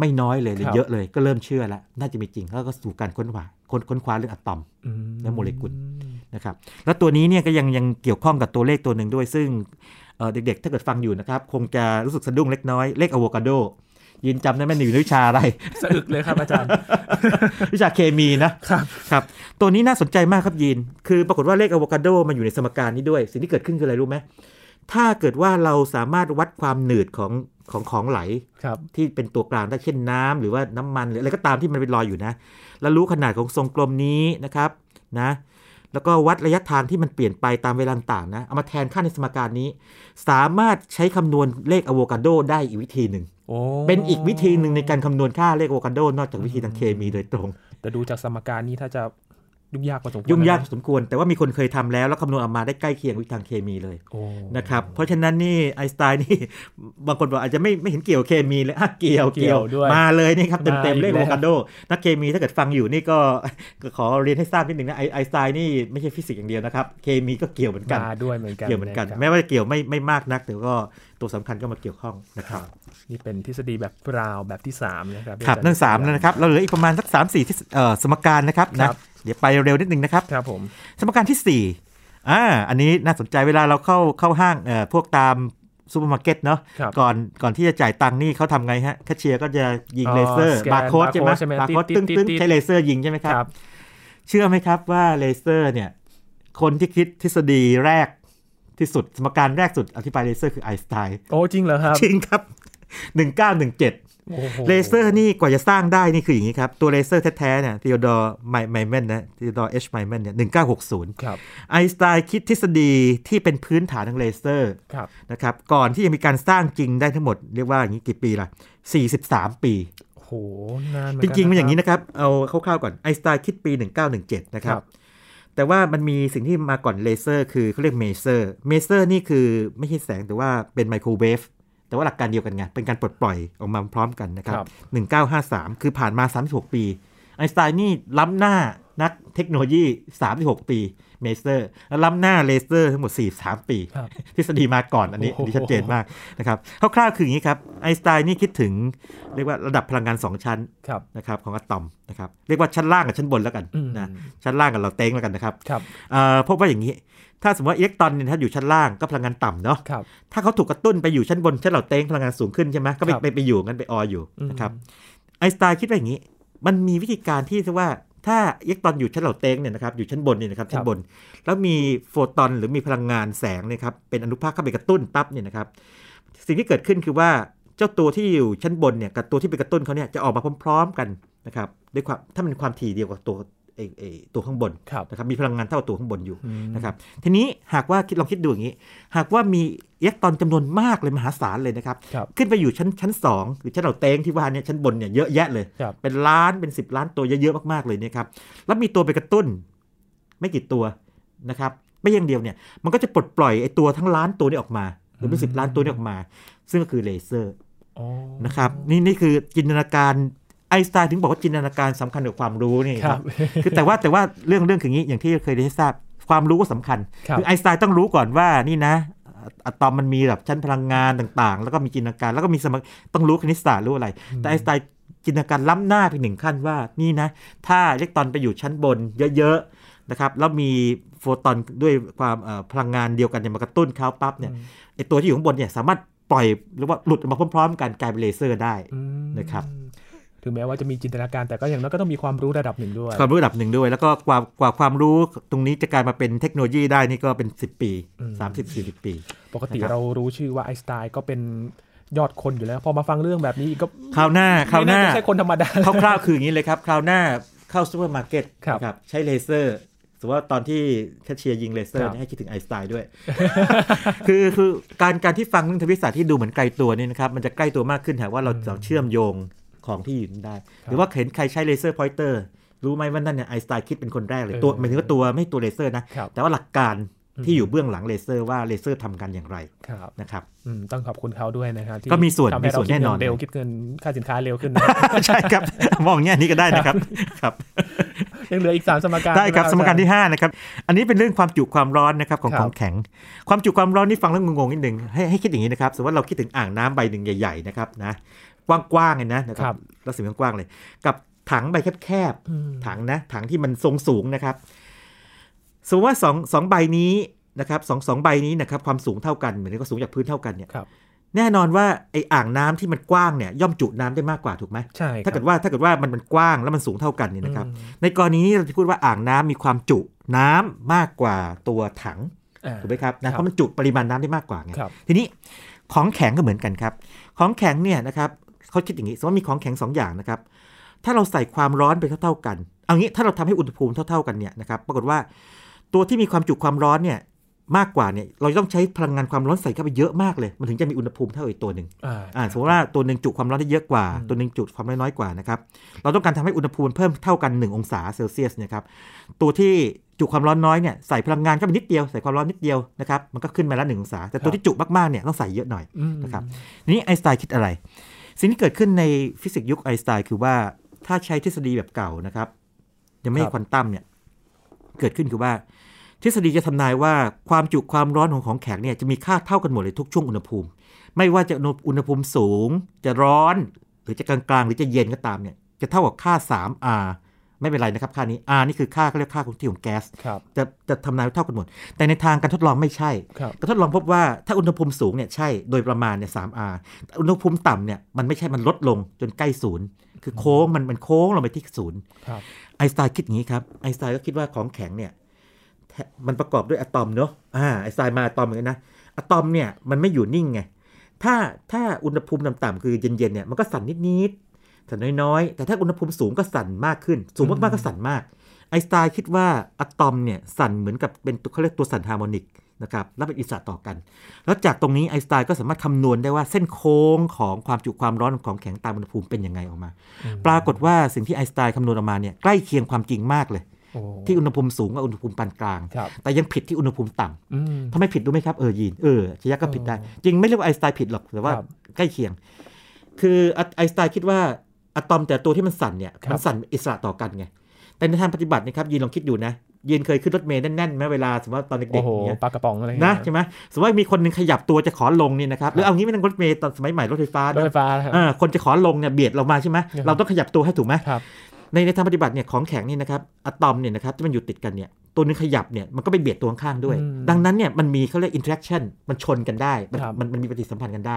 B: ไม่น้อยเลยหรือ
A: ครับ
B: เยอะเลยก็เริ่มเชื่อแล้วน่าจะมีจริงแล้วก็สู่การค้นหาค้นค้นคว้าเรื่องอะตอม
A: ๆอื
B: และโมเลกุล นะครับแล้วตัวนี้เนี่ยก็ยังยังเกี่ยวข้องกับตัวเลขตัวหนึ่งด้วย ซึ่งเอ่อเด็กๆ ถ้าเกิดฟังอยู่นะครับ คงจะรู้สึกสะดุ้งเล็กน้อย เลขอะโวคาโดยินจำได้ไหมอยู่ในวิชาอะไร [LAUGHS]
A: สะอึกเลยครับอาจารย์
B: วิชาเคมีนะครับ ครับ ตัวนี้น่าสนใจมากครับยิน คือปรากฏว่าเลขอะโวคาโดมันอยู่ในสมการนี้ด้วย สิ่งที่เกิดขึ้นคืออะไรรู้ไหมถ้าเกิดว่าเราสามารถวัดความหนืดของของของไหล
A: ครับ
B: ที่เป็นตัวกลางได้เช่นน้ำหรือว่าน้ำมันหรืออะไรก็ตามที่มันเป็นรอยอยู่นะ แล้วรู้ขนาดของทรงกลมนี้นะครับนะแล้วก็วัดระยะทางที่มันเปลี่ยนไปตามเวลาต่างๆนะเอามาแทนค่าในสมการนี้ สามารถใช้คำนวณเลขอะโวคาโดได้อีกวิธีหนึ่ง
A: โอ้
B: เป็นอีกวิธีหนึ่งในการคำนวณค่าเลขอะโวคาโดนอกจากวิธีทางเคมีโดยตรง
A: แต่ดูจากสมการนี้ถ้าจะยุ่งยากกว่าสมควร
B: ยุ่งยากพ
A: นะ
B: อสมควร แต่ว่ามีคนเคยทำแล้วแล้วคำนวณออกมาได้ใกล้เคียงวิธีทางเคมีเลย
A: โอ้
B: นะครับ เพราะฉะนั้นนี่ไอน์สไตน์นี่ [LAUGHS] บางคนบอกอาจจะไม่ไม่เห็นเกี่ยวเคมีเลยอ่ะเกี่ยวเกี่ยวมาเลยนี่ครับเต็มเต็มๆเลขโวคาโด นักเคมีถ้าเกิดฟังอยู่นี่ก็ ก็ขอเรียนให้ทราบนิดหนึ่งนะไอไอน์สไตน์นี่ไม่ใช่ฟิสิกส์อย่างเดียวนะครับ เคมีก็เกี่ยวเหมือนกัน
A: มาด้วยเหมือนกัน
B: เกี่ยวเหมือนกัน
A: ะครับ
B: แม้ว่าจะเกี่ยวไม่ไม่มากนัก แต่ก็ตัวสำคัญก็มาเกี่ยวข้องนะครับ
A: นี่เป็นทฤษฎีแบบราวแบบที่ 3 นะครับ
B: ครับนั่นสามแล้วนะครับ เราเหลืออีกประมาณสักสามสี่ที่เอ่อสมการนะครับนะ เดี๋ยวไปเร็วนิดหนึงนะครับ
A: ครับผม
B: สมการที่สี่อ่า อันนี้น่าสนใจเวลาเราเข้าเข้าห้างเอ่อพวกตามซูเปอร์มาร์เก็ตเนาะ
A: ครับ
B: ก่อนก่อนที่จะจ่ายตังค์นี่เขาทำไงฮะแคชเชียร์ก็จะยิงเลเซอร์ บาร์โค้ดใช่ไหมบาร์โค้ดตึ้งตึ้งๆใช้เลเซอร์ยิงใช่ไหมครับ
A: ครับ
B: เชื่อไหมครับว่าเลเซอร์เนี่ย คนที่คิดทฤษฎีแรกที่สุด สมการแรกสุดอธิบายเลเซอร์คือไอน์สไตน์
A: โอ้จริงเหรอครับ
B: จริงครับ 1917
A: โอ้โห
B: เลเซอร์นี่กว่าจะสร้างได้นี่คืออย่างนี้ครับ ตัวเลเซอร์แท้ๆเนี่ยทีโอดอร์ไมเมนนะทีโอดอร์เอชไมเมนเนี่ย1960
A: ครับ
B: ไอน์สไตน์คิดทฤษฎีที่เป็นพื้นฐานทางเลเซอร์
A: ครับ
B: นะครับก่อนที่จะมีการสร้างจริงได้ทั้งหมดเรียกว่าอย่างนี้กี่ปีล่ะ 43 ปี
A: โอ้โห โหนานเหมือ
B: จ
A: กั
B: ริงๆมันอย่าง
A: นี้
B: นี้นะครับ เอาคร่าวๆก่อนไอสไตล์คิดปี 1917 นะครั
A: ครับ บ
B: แต่ว่ามันมีสิ่งที่มาก่อนเลเซอร์ คือเขาเรียกเมเซอร์เมเซอร์นี่คือไม่ใช่แสงแต่ว่าเป็นไมโครเวฟแต่ว่าหลักการเดียวกันไง เป็นการปลดปล่อยออกมาพร้อมกันนะครั
A: ครับ
B: บ 1953 คือผ่านมา 36 ปี ไอน์สไตน์นี่ล้ำหน้านักเทคโนโลยี 36 ปีเมเซอร์และล้ำหน้าเลเซอร์ทั้งหมด 43 ปี
A: ครับ
B: [LAUGHS] ทฤษฎีมาก่อนอันนี้
A: โอ้โห
B: อันนี้ชัดเจนมากนะครับคร่าวๆคืออย่างนี้ครับไอน์สไตน์นี่คิดถึงเรียกว่าระดับพลังงาน 2 ชั้น
A: ครับ
B: นะครับของอะตอมนะครับเรียกว่าชั้นล่างกับชั้นบนแล้วกัน
A: อืม
B: นะชั้นล่างกับเราเต้งแล้วกันนะครับ
A: ครับ
B: เอ่อพบว่าอย่างนี้ ถ้าสมมติว่าอิเล็กตรอนเนี่ยถ้าอยู่ชั้นล่างก็พลังงานต่ำเนาะ
A: ครับ
B: ถ้าเขาถูกกระตุ้นไปอยู่ชั้นบนชั้นเราเต้งพลังงานสูงขึ้นใช่ไหมก็ไป
A: ครับ
B: ไปไปอยู่งั้นไปอออยู่นะครับ
A: อื
B: ไอน์สไตน์คิดว่าอย่างนี้ มันมีวิธีการที่ว่าถ้าอิเล็กตรอนอยู่ชั้นเราเต้งเนี่ยนะครับอยู่ชั้นบนเนี่ยนะครับชั้นบน แล้วมีโฟตอนหรือมีพลังงานแสงเนยครับเป็นอนุภาคเข้าไปกระตุ้นปั๊บเนี่ยนะครับ สิ่งที่เกิดขึ้นคือว่าเจ้าตัวที่อยู่ชั้นบนเนี่ยกับตัวที่ไปกระตุ้นเขาเนี่ยจะออกมาพร้อมๆกันนะครับด้วยความถ้ามันความถี่เดียวกับตัวไอไอตัวข้างบน
A: ครับ
B: นะครับมีพลังงานเท่าตัวข้างบนอยู่
A: อืม
B: นะครับทีนี้หากว่าคิดลองคิดดูอย่างนี้ หากว่ามีอิเล็กตรอนจำนวนมากเลยมหาศาลเลยนะครับ
A: ครับ
B: ขึ้นไปอยู่ชั้นชั้นสองหรือชั้นเราเต้งที่ว่าเนี่ยชั้นบนเนี่ยเยอะแยะเลย
A: ครับ
B: เป็นล้านเป็น 10 ล้านตัวเยอะๆมากๆเลยเนยครับแล้วมีตัวไปกระตุ้น ไม่กี่ตัวนะครับไม่อย่างเดียวเนี่ยมันก็จะปลดปล่อยไอ้ตัวทั้งล้านตัวนี้ออกมา หรือเป็น
A: อืม
B: สิบล้านตัวนี้ออกมา ซึ่งก็คือเลเซอร์
A: อ๋อ
B: นะครับนี่นี่คือจินตนาการไอน์สไตน์ถึงบอกว่าจินตนาการสำคัญกว่าความรู้นี่
A: ค
B: ค
A: รั
B: รั
A: บบ
B: คือแต่ว่าแต่ว่าเรื่องเรื่องคืออย่างนี้อย่างที่เคยได้ทราบความรู้ก็สำคัญ
A: ครับ
B: อไอน์สไตน์ต้องรู้ก่อนว่านี่นะอะอะตอมมันมีแบบชั้นพลังงานต่างๆ แล้วก็มีจินตนาการแล้วก็มีสมครต้องรู้คณิตศาสตร์รู้อะไร แต่ไอน์สไตน์จินตนาการล้ำหน้าไปหนึ่งขั้นว่านี่นะ ถ้าอิเล็กตรอนไปอยู่ชั้นบนเยอะๆนะครับแล้วมีโฟตอนด้วยความเอ่อพลังงานเดียวกันเนี่ยมากระตุ้นเขาปั๊บเนี่ย
A: อืม
B: ไอตัวที่อยู่ข้างบนเนี่ยสามารถปล่อยหรือว่าหลุดออกมาพร้อมๆ กันกลายเป็นเลเซอร์ได้
A: อืม
B: นะครับ
A: ถึงแม้ว่าจะมีจินตนาการแต่ก็อย่างน้อยก็ต้องมีความรู้ระดับหนึ่งด้วย
B: ความรู้ระดับหนึ่งด้วย แล้วก็กว่ากว่าความรู้ตรงนี้จะกลายมาเป็นเทคโนโลยีได้นี่ก็เป็น 10 ปี
A: อืม
B: 30-40 ปี
A: ปกติ
B: นะครับ
A: เรารู้ชื่อว่าไอน์สไตล์ก็เป็นยอดคนอยู่แล้ว พอมาฟังเรื่องแบบนี้อีกก็
B: คราวหน้าคราวหน้า
A: ไม่ใช่คนธรรมดา
B: คร่าวๆคืออย่างนี้เลยครับ คราวหน้าเข้าซูเปอร์มาร์เก็ต
A: ครับ
B: นะครับใช้เลเซอร์ สมมติว่าตอนที่แคชเชียร์ยิงเลเซอร์เนี่ยให้คิดถึงไอน์สไตน์ด้วย [LAUGHS] คือคือการการที่ฟังเรื่องทางวิทยาศาสตร์ที่ดูเหมือนไกลตัวเนี่ยนะครับ มันจะใกล้ตัวมากขึ้นหากว่าเราจะเชื่อมโยงของที่อยู่นั้นได้ หรือว่าเห็นใครใช้เลเซอร์พอยเตอร์รู้ไหมว่านั่นเนี่ยไอน์สไตน์คิดเป็นคนแรกเลยตัว
A: เออ
B: หมายถึงว่าตัวไม่ตัวเลเซอร์นะ
A: ครับ
B: แต่ว่าหลักการที่อยู่เบื้องหลังเลเซอร์ว่าเลเซอร์ทำกันอย่างไร
A: ครับ
B: [LAUGHS] นะครับ
A: อืมต้องขอบคุณเขาด้วยนะครับที่
B: ก็มีส่วน
A: ทำให้
B: มีส่
A: เรา
B: ว
A: คิด
B: นแน่น
A: เงิ
B: อน
A: นเร็วคิดเงินค่าสินค้าเร็วขึ้นนะ [LAUGHS]
B: ใช่ครับมองแง่นี้ก็ได้นะครับครับ
A: ยังเหลืออีกสามสมการ
B: ได้ครับ
A: นะ
B: สมการ
A: อจย์
B: ที่ 5 นะครับ อันนี้เป็นเรื่องความจุความร้อนนะครับของ
A: ครับ
B: ของแข็ง ความจุความร้อนนี่ฟังแล้วงงๆนิดหนึ่งให้ให้คิดอย่างนี้นะครับ สมมติว่าเราคิดถึงอ่างน้ำใบหนึ่งใหญ่ๆนะครับนะกว้างๆเลยนะนะค
A: ค
B: รั
A: รั
B: บบ รัศมีกว้างๆเลย กับถังใบแคบ
A: อืม
B: ๆถังนะถังที่มันทรงสูงนะครับ สมมติว่าสองสองใบนี้นะครับสองสองใบนี้นะครับความสูงเท่ากันเหมือนก็สูงจากพื้นเท่ากันเนี่ย
A: ครับ
B: แน่นอนว่าไออ่างน้ำที่มันกว้างเนี่ยย่อมจุน้ำได้มากกว่าถูกไหม
A: ใช่ครับ
B: ถ้าเกิดว่าถ้าเกิดว่ามันมันกว้างแล้วมันสูงเท่ากันเนี่ยนะครับ
A: อืม
B: ในกรณีนี้เราจะพูดว่าอ่างน้ำมีความจุน้ำมากกว่าตัวถัง
A: อ่า
B: ถูกไหมครับ
A: ครั
B: นะ
A: บ
B: เพราะมันจุปริมาณน้ำได้มากกว่าไง
A: ครับ
B: ทีนี้ของแข็งก็เหมือนกันครับ ของแข็งเนี่ยนะครับเขาคิดอย่างนี้สมมติว่ามีของแข็งสองอย่างนะครับ ถ้าเราใส่ความร้อนไปเท่าๆกันเอางี้ถ้าเราทำให้อุณหภูมิเท่าๆกันเนี่ยนะครับปรากฏว่าตัวที่มีความจุความร้อนเนี่ยมากกว่าเนี่ยเราจะต้องใช้พลังงานความร้อนใส่เข้าไปเยอะมากเลย มันถึงจะมีอุณหภูมิเท่าอีกตัวหนึ่ง
A: อ่า
B: อ่าสมมติว่าตัวหนึ่งจุความร้อนได้เยอะกว่า
A: อืม
B: ตัวหนึ่งจุความร้อนน้อยกว่านะครับ เราต้องการทำให้อุณหภูมิเพิ่มเท่ากัน 1 องศาเซลเซียสเนะครับ ตัวที่จุความร้อนน้อยเนี่ยใส่พลังงานเข้าไปนิดเดียวใส่ความร้อนนิดเดียวนะครับ มันก็ขึ้นมาละหนึ่งองศา แต่ตัวที่จุมากๆเนี่ยต้องใส่เยอะหน่อย
A: อืม
B: นะครับ ทีนี้ไอน์สไตน์คิดอะไร สิ่งที่เกิดขึ้นในฟิสิกส์ยุคไอน์สไตน์คือว่าถ้าใช้ทฤษฎีแบบเก่านะครับยังไม่
A: ครั
B: ใช่
A: บ
B: ควอนตัมเนี่ยเกิดขึ้นคือว่า ทฤษฎีจะทำนายว่าความจุความร้อนของของแข็งเนี่ยจะมีค่าเท่ากันหมดเลยทุกช่วงอุณหภูมิ ไม่ว่าจะอุณหภูมิสูง จะร้อน หรือจะกลางๆ หรือจะเย็นก็ตามเนี่ยจะเท่ากับค่า 3R ไม่เป็นไรนะครับค่านี้ R นี่คือค่าเขาเรียกค่าคงที่ของแก๊ส
A: ครับ
B: จะจะทำนายเท่ากันหมด แต่ในทางการทดลองไม่ใช่
A: ครับ
B: ก็ทดลองพบว่าถ้าอุณหภูมิสูงเนี่ยใช่โดยประมาณเนี่ย 3R แต่อุณหภูมิต่ำเนี่ยมันไม่ใช่มันลดลงจนใกล้ศูนย์คือโค้งมันมันโค้งลงไปที่ศูนย์
A: ครับ
B: ไอน์สไตน์คิดอย่างนี้ครับไอน์สไตน์ก็คิดว่าของแข็งเนี่ยแทมันประกอบด้วยอะตอมเนาะอ่าไอน์สไตน์มาอะตอมเหมือนกันนะอะตอมเนี่ยมันไม่อยู่นิ่งไงถ้าถ้าอุณหภูมิต่ำๆคือเย็นๆเนี่ยมันก็สั่นนิดๆสั่นน้อยๆ แต่ถ้าอุณหภูมิสูงก็สั่นมากขึ้น สูงมากๆก็สั่นมาก ไอน์สไตน์คิดว่าอะตอมเนี่ยสั่นเหมือนกับเป็นตัวเขาเรียกตัวสั่นฮาร์โมนิก นะครับและเป็นอิสระต่อกัน แล้วจากตรงนี้ไอน์สไตน์ก็สามารถคำนวณได้ว่าเส้นโค้งของความจุความร้อนของแข็งตามอุณหภูมิเป็นยังไงออกมา ปรากฏว่าสิ่งที่ไอน์สไตน์คำนวณออกมาเนี่ยใกล้เคียงความจริงมากเลย
A: โอ้
B: ที่อุณหภูมิสูงกับอุณหภูมิปานกลาง
A: ครับ
B: แต่ยังผิดที่อุณหภูมิต่ำ
A: อืม
B: ทำไมผิดรู้ไหมครับเออยีนเออชยะก็ผิดได้ จริงไม่เรียกว่าไอน์สไตน์ผิดหรอกแต่ว่า
A: ครับ
B: ใกล้เคียง คือไอไอน์สไตน์คิดว่าอะตอมแต่ตัวที่มันสั่นเนี่ย
A: ครับ
B: มันสั่นอิสระต่อกันไงแต่ในทางปฏิบัตินะครับยีนลองคิดดูนะยีนเคยขึ้นรถเมล์แน่นๆไหมเวลาสมมติว่าตอนเด็กๆ
A: โอ้โห
B: อย่างเงี้ย
A: ปลากระป๋องอะไร
B: นะ
A: เงี้ย
B: ใช่ไหมสมมติว่ามีคนหนึงขยับตัวจะขอลงเนี่ยนะครับ หรือเอางี้ไม่ต้องรถเมล์ตอนสมัยใหม่รถไฟฟ้าร
A: ถ
B: นะ
A: ไฟฟ้านะครับ
B: อ่าคนจะขอลงเนี่ยเบียดเรามาใช่ไหม
A: ครับ
B: เราต้องขยับตัวให้ถูกไหม
A: ครับ
B: ในในทางปฏิบัติเนี่ยของแข็งนี่นะครับอะตอมเนี่ยนะครับที่มันอยู่ติดกันเนี่ยตัวหนึงขยับเนี่ยมันก็ไปเบียดตัวข้างๆด้วย ดังนั้นเนี่ยมันมีเขาเรียก interaction มันชนกันได้มัน
A: ครับ
B: มันมันมีปฏิสัมพันธ์กันได้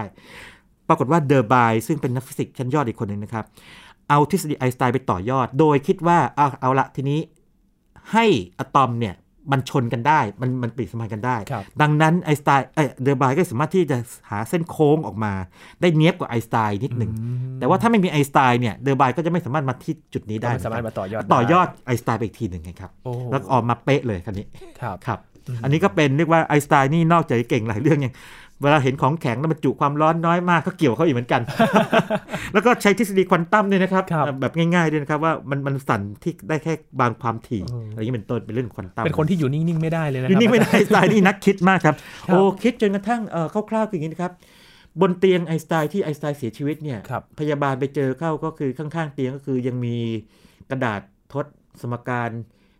B: ปรากฏว่าเดอร์บายซึ่งเป็นนักฟิสิกส์ชั้นยอดอีกคนหนึ่งนะครับเอาทฤษฎีไอน์สไตน์ไปต่อยอด โดยคิดว่าเอาเอาละทีนี้ให้อะตอมเนี่ยมันชนกันได้มันมันปฏิสัมพันธ์กันได้
A: ครับ
B: ดังนั้นไอน์สไตน์เอ้ยเดอร์บายก็สามารถที่จะหาเส้นโค้งออกมา ได้เนี้ยบกว่าไอน์สไตน์นิดหนึ่ง
A: อืม
B: แต่ว่าถ้าไม่มีไอน์สไตน์เนี่ยเดอร์บายก็จะไม่สามารถมาที่จุดนี้ได้
A: ก็สามารถมาต่อยอด
B: ต่อยอด
A: ไ
B: ไอน์สไตน์ไปอีกทีหนึ่งไงครับ
A: โอ้
B: แล้วออกมาเป๊ะเลยคันนี้
A: ครับ
B: ครับ อันนี้ก็เป็นเรียกว่าไอน์สไตน์นี่นอกจากจะเก่งหลายเรื่องยังเวลาเห็นของแข็งแล้วมันจุความร้อนน้อยมากก็เกี่ยวเขาอีกเหมื
A: [LAUGHS]
B: อนกัน แล้วก็ใช้ทฤษฎีควอนตัมด้วยนะครับ
A: ครับ
B: แบบง่ายๆด้วยนะครับว่ามันมันสั่นที่ได้แค่บางความถี่อะไรอย่างนี้เป็นต้นเป็นเรื่องควอนตัม
A: เป็นคนที่อยู่นิ่ง ๆ ไม่ได้เลยนะค
B: อยู่
A: รับ
B: นี่ไม่ได้ [LAUGHS] ไอน์สไตล์นี่นักคิดมากครับ
A: ครับ
B: โอ้คิดจนกระทั่งเอ่อคร่าวๆคืออย่างนี้นะครับ บนเตียงไอน์สไตล์ที่ไอน์สไตล์เสียชีวิตเนี่ย
A: ครับ
B: พยาบาลไปเจอเข้าก็คือข้างๆเตียงก็คือยังมีกระดาษทดสมการ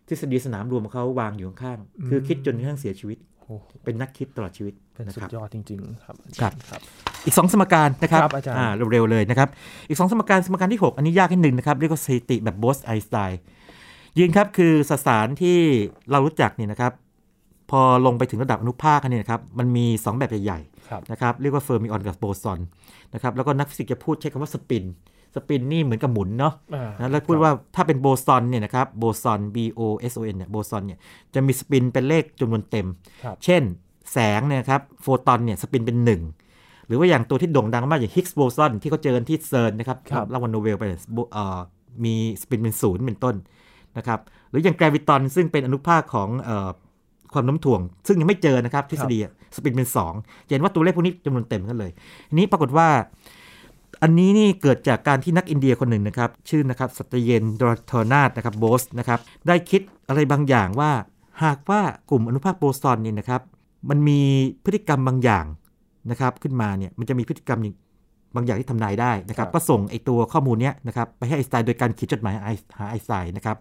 B: ทฤษฎีสนามรวมของเขาวางอยู่ข้าง
A: อืม
B: ๆคือคิดจนกระทั่งเสียชีวิต
A: โอ้โห
B: เป็นนักคิดตลอดชีวิต
A: เป็น
B: นะ
A: สุด
B: ครับ
A: ยอดจริง ๆ ครับ
B: ครับ อีก 2 สมการนะครับ
A: ครับอาจารย์
B: เร็วๆเลยนะครับ อีก 2 สมการสมการที่ 6 อันนี้ยากนิดหนึ่งนะครับ เรียกว่าสถิติแบบโบสไอน์สไตน์ยืนครับคือสสารที่เรารู้จักเนี่ยนะครับ พอลงไปถึงระดับอนุภาคเนี่ยนะครับ มันมี 2 แบบใหญ่
A: ครับ
B: ๆนะครับ เรียกว่าเฟอร์มิออนกับโบซอนนะครับแล้วก็นักฟิสิกส์จะพูดใช้คำว่าสปิน สปินนี่เหมือนกับหมุนเนาะ
A: อ่า
B: นะแล้วพูดว่าถ้าเป็นโบซอนเนี่ยนะครับโบซอน B O S O N เนี่ยโบซอนเนี่ยจะมีสปินเป็นเลขจำนวนเต็ม
A: ครับ
B: เช่นแสงเนี่ยครับโฟตอนเนี่ยสปินเป็น 1 หรือว่าอย่างตัวที่โด่งดังมากอย่างฮิกส์โบซอนที่เขาเจอกันที่เซิร์นนะครับ
A: ครับ
B: รางวัลโนเบลไปเนี่ยโบเอ่อมีสปินเป็นศูนย์เป็นต้นนะครับหรืออย่างแกรวิตอนซึ่งเป็นอนุภาคของเอ่อความโน้มถ่วง ซึ่งยังไม่เจอนะครับทฤษฎีอะสปินเป็นสองจะเห็นว่าตัวเลขพวกนี้จำนวนเต็มกันเลยทีนี้ปรากฏว่า อันนี้นี่เกิดจากการที่นักอินเดียคนหนึ่งนะครับ ชื่อนะครับสัตเยนดรทอนาตนะครับโบสนะครับ ได้คิดอะไรบางอย่างว่า หากว่ากลุ่มอนุภาคโบซอนเนี่ยนะครับ มันมีพฤติกรรมบางอย่างนะครับขึ้นมาเนี่ยมันจะมีพฤติกรรมอย่างบางอย่างที่ทำนายได้นะครับ
A: ครับ
B: ก็ส่งไอตัวข้อมูลเนี้ยนะครับไปให้ไอน์สไตน์โดยการเขียนจดหมายหาไอน์หาไอน์สไตน์นะครับ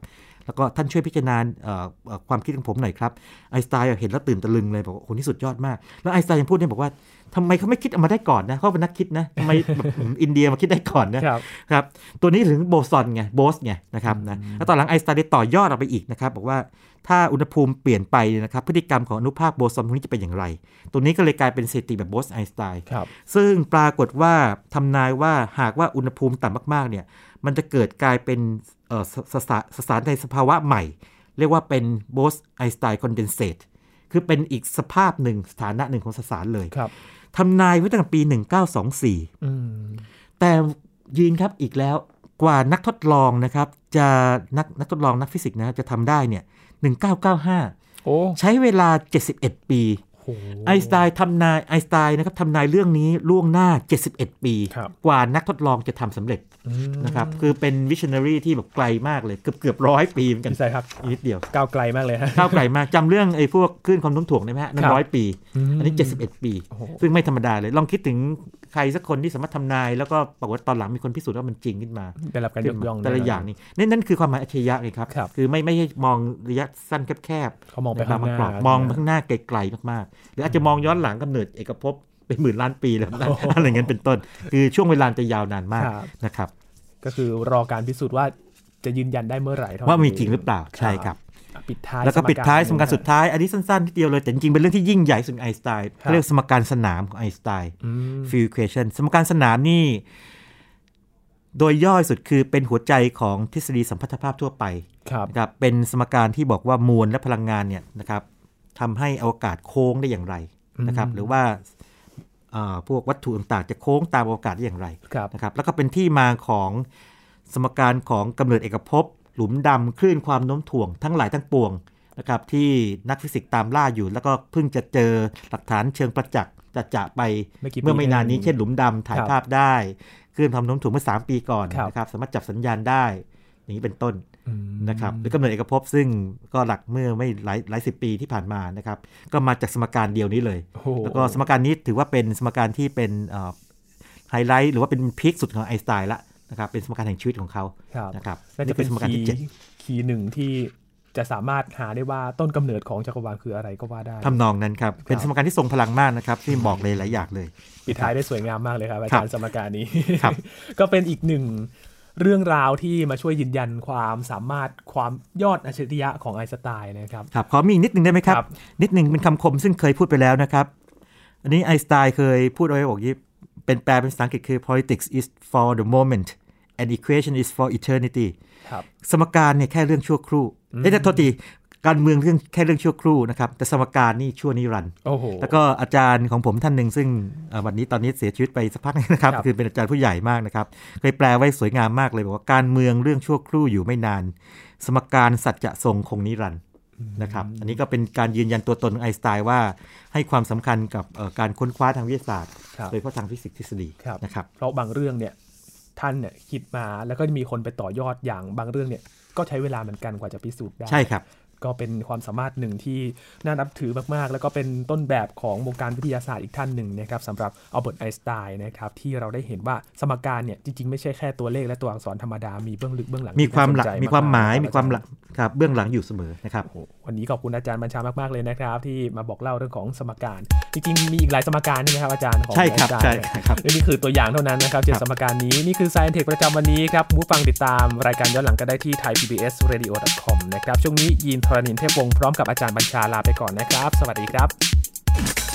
B: แล้วก็ท่านช่วยพิจารณาเอ่อเอ่อความคิดของผมหน่อยครับไอน์สไตน์เห็นแล้วตื่นตะลึงเลยบอกว่าโอ้โหนี่สุดยอดมาก แล้วไอน์สไตน์ยังพูดเนี่ยบอกว่าทำไมเขาไม่คิดเอามาได้ก่อนนะเขาเป็นนักคิดนะทำไมแบบ อินเดียมาคิดได้ก่อนนะ
A: ครับ
B: ครับ ตัวนี้ถึงโบซอนไง โบสไงนะครับนะ แล้วตอนหลังไอน์สไตน์ได้ต่อยอดออกไปอีกนะครับ บอกว่าถ้าอุณหภูมิเปลี่ยนไปนะครับ พฤติกรรมของอนุภาคโบซอนพวกนี้จะเป็นอย่างไร ตัวนี้ก็เลยกลายเป็นสถิติแบบโบสไอน์สไตน์
A: ครับ
B: ซึ่งปรากฏว่าทำนายว่าหากว่าอุณหภูมิต่ำมาก ๆ เนี่ย มันจะเกิดกลายเป็นเอ่อสสสาสสารในสภาวะใหม่ เรียกว่าเป็น Bose Einstein condensate คือเป็นอีกสภาพหนึ่งสถานะหนึ่งของสสารเลย
A: ครับ
B: ทำนายไว้ตั้งแต่ปี 1924
A: อืม
B: แต่ยืนครับอีกแล้วกว่านักทดลองนะครับ จะนักนักทดลองนักฟิสิกส์นะจะทำได้เนี่ย 1995
A: โอ้
B: ใช้เวลา 71 ปี
A: โห
B: ไอน์สไตน์ทำนายไอน์สไตน์นะครับทำนายเรื่องนี้ล่วงหน้า 71 ปี
A: ครับ
B: กว่านักทดลองจะทำสำเร็จ
A: อืม
B: นะครับคือเป็นวิช i o น a รีที่แบบไกลมากเลย เกือบเกือบร้อยปีเหมือนกัน
A: พี่สายครับ
B: อีกนิดเดียว
A: ก้าวไกลมากเลยฮะ
B: ก้าวไกลมากจำเรื่องไอ้พวกคลื่นความโน้มถ่วงได้ไหมฮะนั่
A: ครั
B: น
A: บ
B: ร้อยปี
A: อืม
B: อันนี้ 71 ปี
A: โอ้โห
B: ซึ่งไม่ธรรมดาเลย ลองคิดถึงใครสักคนที่สามารถทำนาย แล้วก็ปรากฏว่าตอนหลังมีคนพิสูจน์ว่ามันจริงขึ้นมา
A: ได้รับการยกย่อง
B: แต่ละอย่างนี่นั่นนั่นคือความหมายอัจฉริยะเลยครับ
A: ครับ
B: คือไม่ไม่ใช่มองระยะสั้นแคบๆ
A: เขามองไปข้างหน้า
B: บมองไปข้างหน้าไกลๆมากๆ หรืออาจจะมองย้อนหลังกำเนิดเอกภพเป็นหมื่นล้านปีแล้วนะ อะไร [LAUGHS] เงี้ยเป็นต้น คือช่วงเวลาจะยาวนานมาก
A: ครับ
B: นะครับ
A: ก็คือรอการพิสูจน์ว่าจะยืนยันได้เมื่อไหร่เท่านั้น
B: ว่ามีจริงหรือเปล่าใช่ครับ
A: ปิดท้าย
B: แล้วก็ปิดท้ายสมการสุดท้าย อันนี้สั้นๆนิดเดียวเลย แต่จริงๆ เป็นเรื่องที่ยิ่งใหญ่สุดของไอน์สไตน์เขาเรียกสมการสนามของไอน์สไตน์
A: อืม
B: ฟิวเคชันสมการสนามนี่ โดยย่อยสุดคือเป็นหัวใจของทฤษฎีสัมพัทธภาพทั่วไป
A: ครับ
B: นะครับเป็นสมการที่บอกว่ามวลและพลังงานเนี่ยนะครับทำให้อวกาศโค้งได้อย่างไรนะครับ หรือว่าเอ่อพวกวัตถุต่างๆ จะโค้งตามอวกาศได้อย่างไร
A: ครับ
B: นะครับแล้วก็เป็นที่มาของสมการของกำเนิดเอกภพหลุมดำคลื่นความโน้มถ่วงทั้งหลายทั้งปวง นะครับที่นักฟิสิกส์ตามล่าอยู่ แล้วก็เพิ่งจะเจอหลักฐานเชิงประจักษ์จะจะไป
A: เมื่อกี้
B: เมื่อไม่นานนี้
A: ปีหนึ่ง
B: เช่นหลุมดำถ่าย
A: ครับ
B: ภาพได้คลื่นความโน้มถ่วงเมื่อ 3 ปีก่อน
A: ครับ
B: นะครับสามารถจับสัญญาณได้อย่างนี้เป็นต้น
A: อืม
B: นะครับหรือกำเนิดเอกภพซึ่งก็หลักเมื่อไม่หลายหลายสิบปีที่ผ่านมานะครับ ก็มาจากสมการเดียวนี้เลย
A: โอ้โห
B: แล้วก็สมการนี้ถือว่าเป็นสมการที่เป็นไฮไลท์หรือว่าเป็นพีคสุดของไอน์สไตน์ละนะครับเป็นสมการแห่งชีวิตของเขา
A: ครับ
B: นะครับ
A: น่าจะ
B: นี่คื
A: เป็
B: อนสมการ
A: คี
B: ที่เจ็ด
A: ย์คีย์หนึ่งที่จะสามารถหาได้ว่าต้นกำเนิดของจักรวาลคืออะไรก็ว่าได้
B: ทำนองนั้นครับ เป็นสมการที่ทรงพลังมากนะครับ ที่บอกเลยหลายอย่างเลย
A: ปิดท้ายได้สวยงามมากเลยครับอาจารย์สมการนี้
B: ครับ
A: ก็เป็นอีกหนึ่งเรื่องราวที่มาช่วยยืนยันความสามารถความยอดอัจฉริยะของไอน์สไตน์นะครับ
B: ครับขอมีอีกนิดหนึ่งได้ไหมครับ
A: ครับ
B: นิดหนึ่งเป็นคำคมซึ่งเคยพูดไปแล้วนะครับ อันนี้ไอน์สไตน์เคยพูดเอาไว้บอกยิบเป็นแปลเป็นภาษาอังกฤษคือ politics is for the moment and equation is for eternity
A: ครับ
B: สมการเนี่ยแค่เรื่องชั่วครู่เอ้ยแต่โทษทีการเมืองเรื่องแค่เรื่องชั่วครู่นะครับ แต่สมการนี่ชั่วนิรันดร์
A: โอ้โห
B: แล้วก็อาจารย์ของผมท่านหนึ่งซึ่งเอ่อวันนี้ตอนนี้เสียชีวิตไปสักพักหนึ่งนะครับ
A: ครับ
B: คือเป็นอาจารย์ผู้ใหญ่มากนะครับ เคยแปลไว้สวยงามมากเลยบอกว่าการเมืองเรื่องชั่วครู่อยู่ไม่นาน สมการสัจจะทรงคงนิรันดร์นะครับ อันนี้ก็เป็นการยืนยันตัวตนของไอน์สไตน์ว่าให้ความสำคัญกับเอ่อการค้นคว้าทางวิทยาศาสตร์
A: ครับ
B: โดยเฉพาะทางฟิสิกส์ทฤษฎี
A: ครับ
B: นะครับ
A: เพราะบางเรื่องเนี่ยท่านเนี่ยคิดมาแล้วก็มีคนไปต่อยอดอย่างบางเรื่องเนี่ยก็ใช้เวลาเหมือนกันกว่าจะพิสูจน์ได้
B: ใช่ครับ
A: ก็เป็นความสามารถหนึ่งที่น่านับถือมาก ๆ แล้วก็เป็นต้นแบบของวงการวิทยาศาสตร์อีกท่านหนึ่งนะครับสำหรับอัลเบิร์ตไอน์สไตน์นะครับที่เราได้เห็นว่าสมการเนี่ยจริง ๆ ไม่ใช่แค่ตัวเลขและตัวอักษรธรรมดา มีเบื้องลึกเบื้องหลัง
B: มีความหลัก
A: ที่น่สนใจ
B: มีความหมาย
A: กๆ
B: มีความหลั
A: รับ
B: กครับเบื้องหลังอยู่เสมอนะครับ
A: โอ้โหวันนี้ขอบคุณอาจารย์บัญชามาก ๆ เลยนะครับ ที่มาบอกเล่าเรื่องของสมการ จริง ๆ มีอีกหลายสมการใช่ไหมครับอาจารย์ของ
B: ใช่ครับ
A: อาจา
B: ใช่
A: ย์
B: ครับ
A: และนี่คือตัวอย่างเท่านั้นนะครับเจ็ด
B: ครับ
A: สมการนี้ นี่คือ Science Tech ประจำวันนี้ครับผู้ฟังติดตามรายการย้อนหลังก็ได้ที่ thaipbsradio.com นะครับ ช่วงนี้ยีนทรณินเทพวงศ์พร้อมกับอาจารย์บัญชาลาไปก่อนนะครับ สวัสดีครับ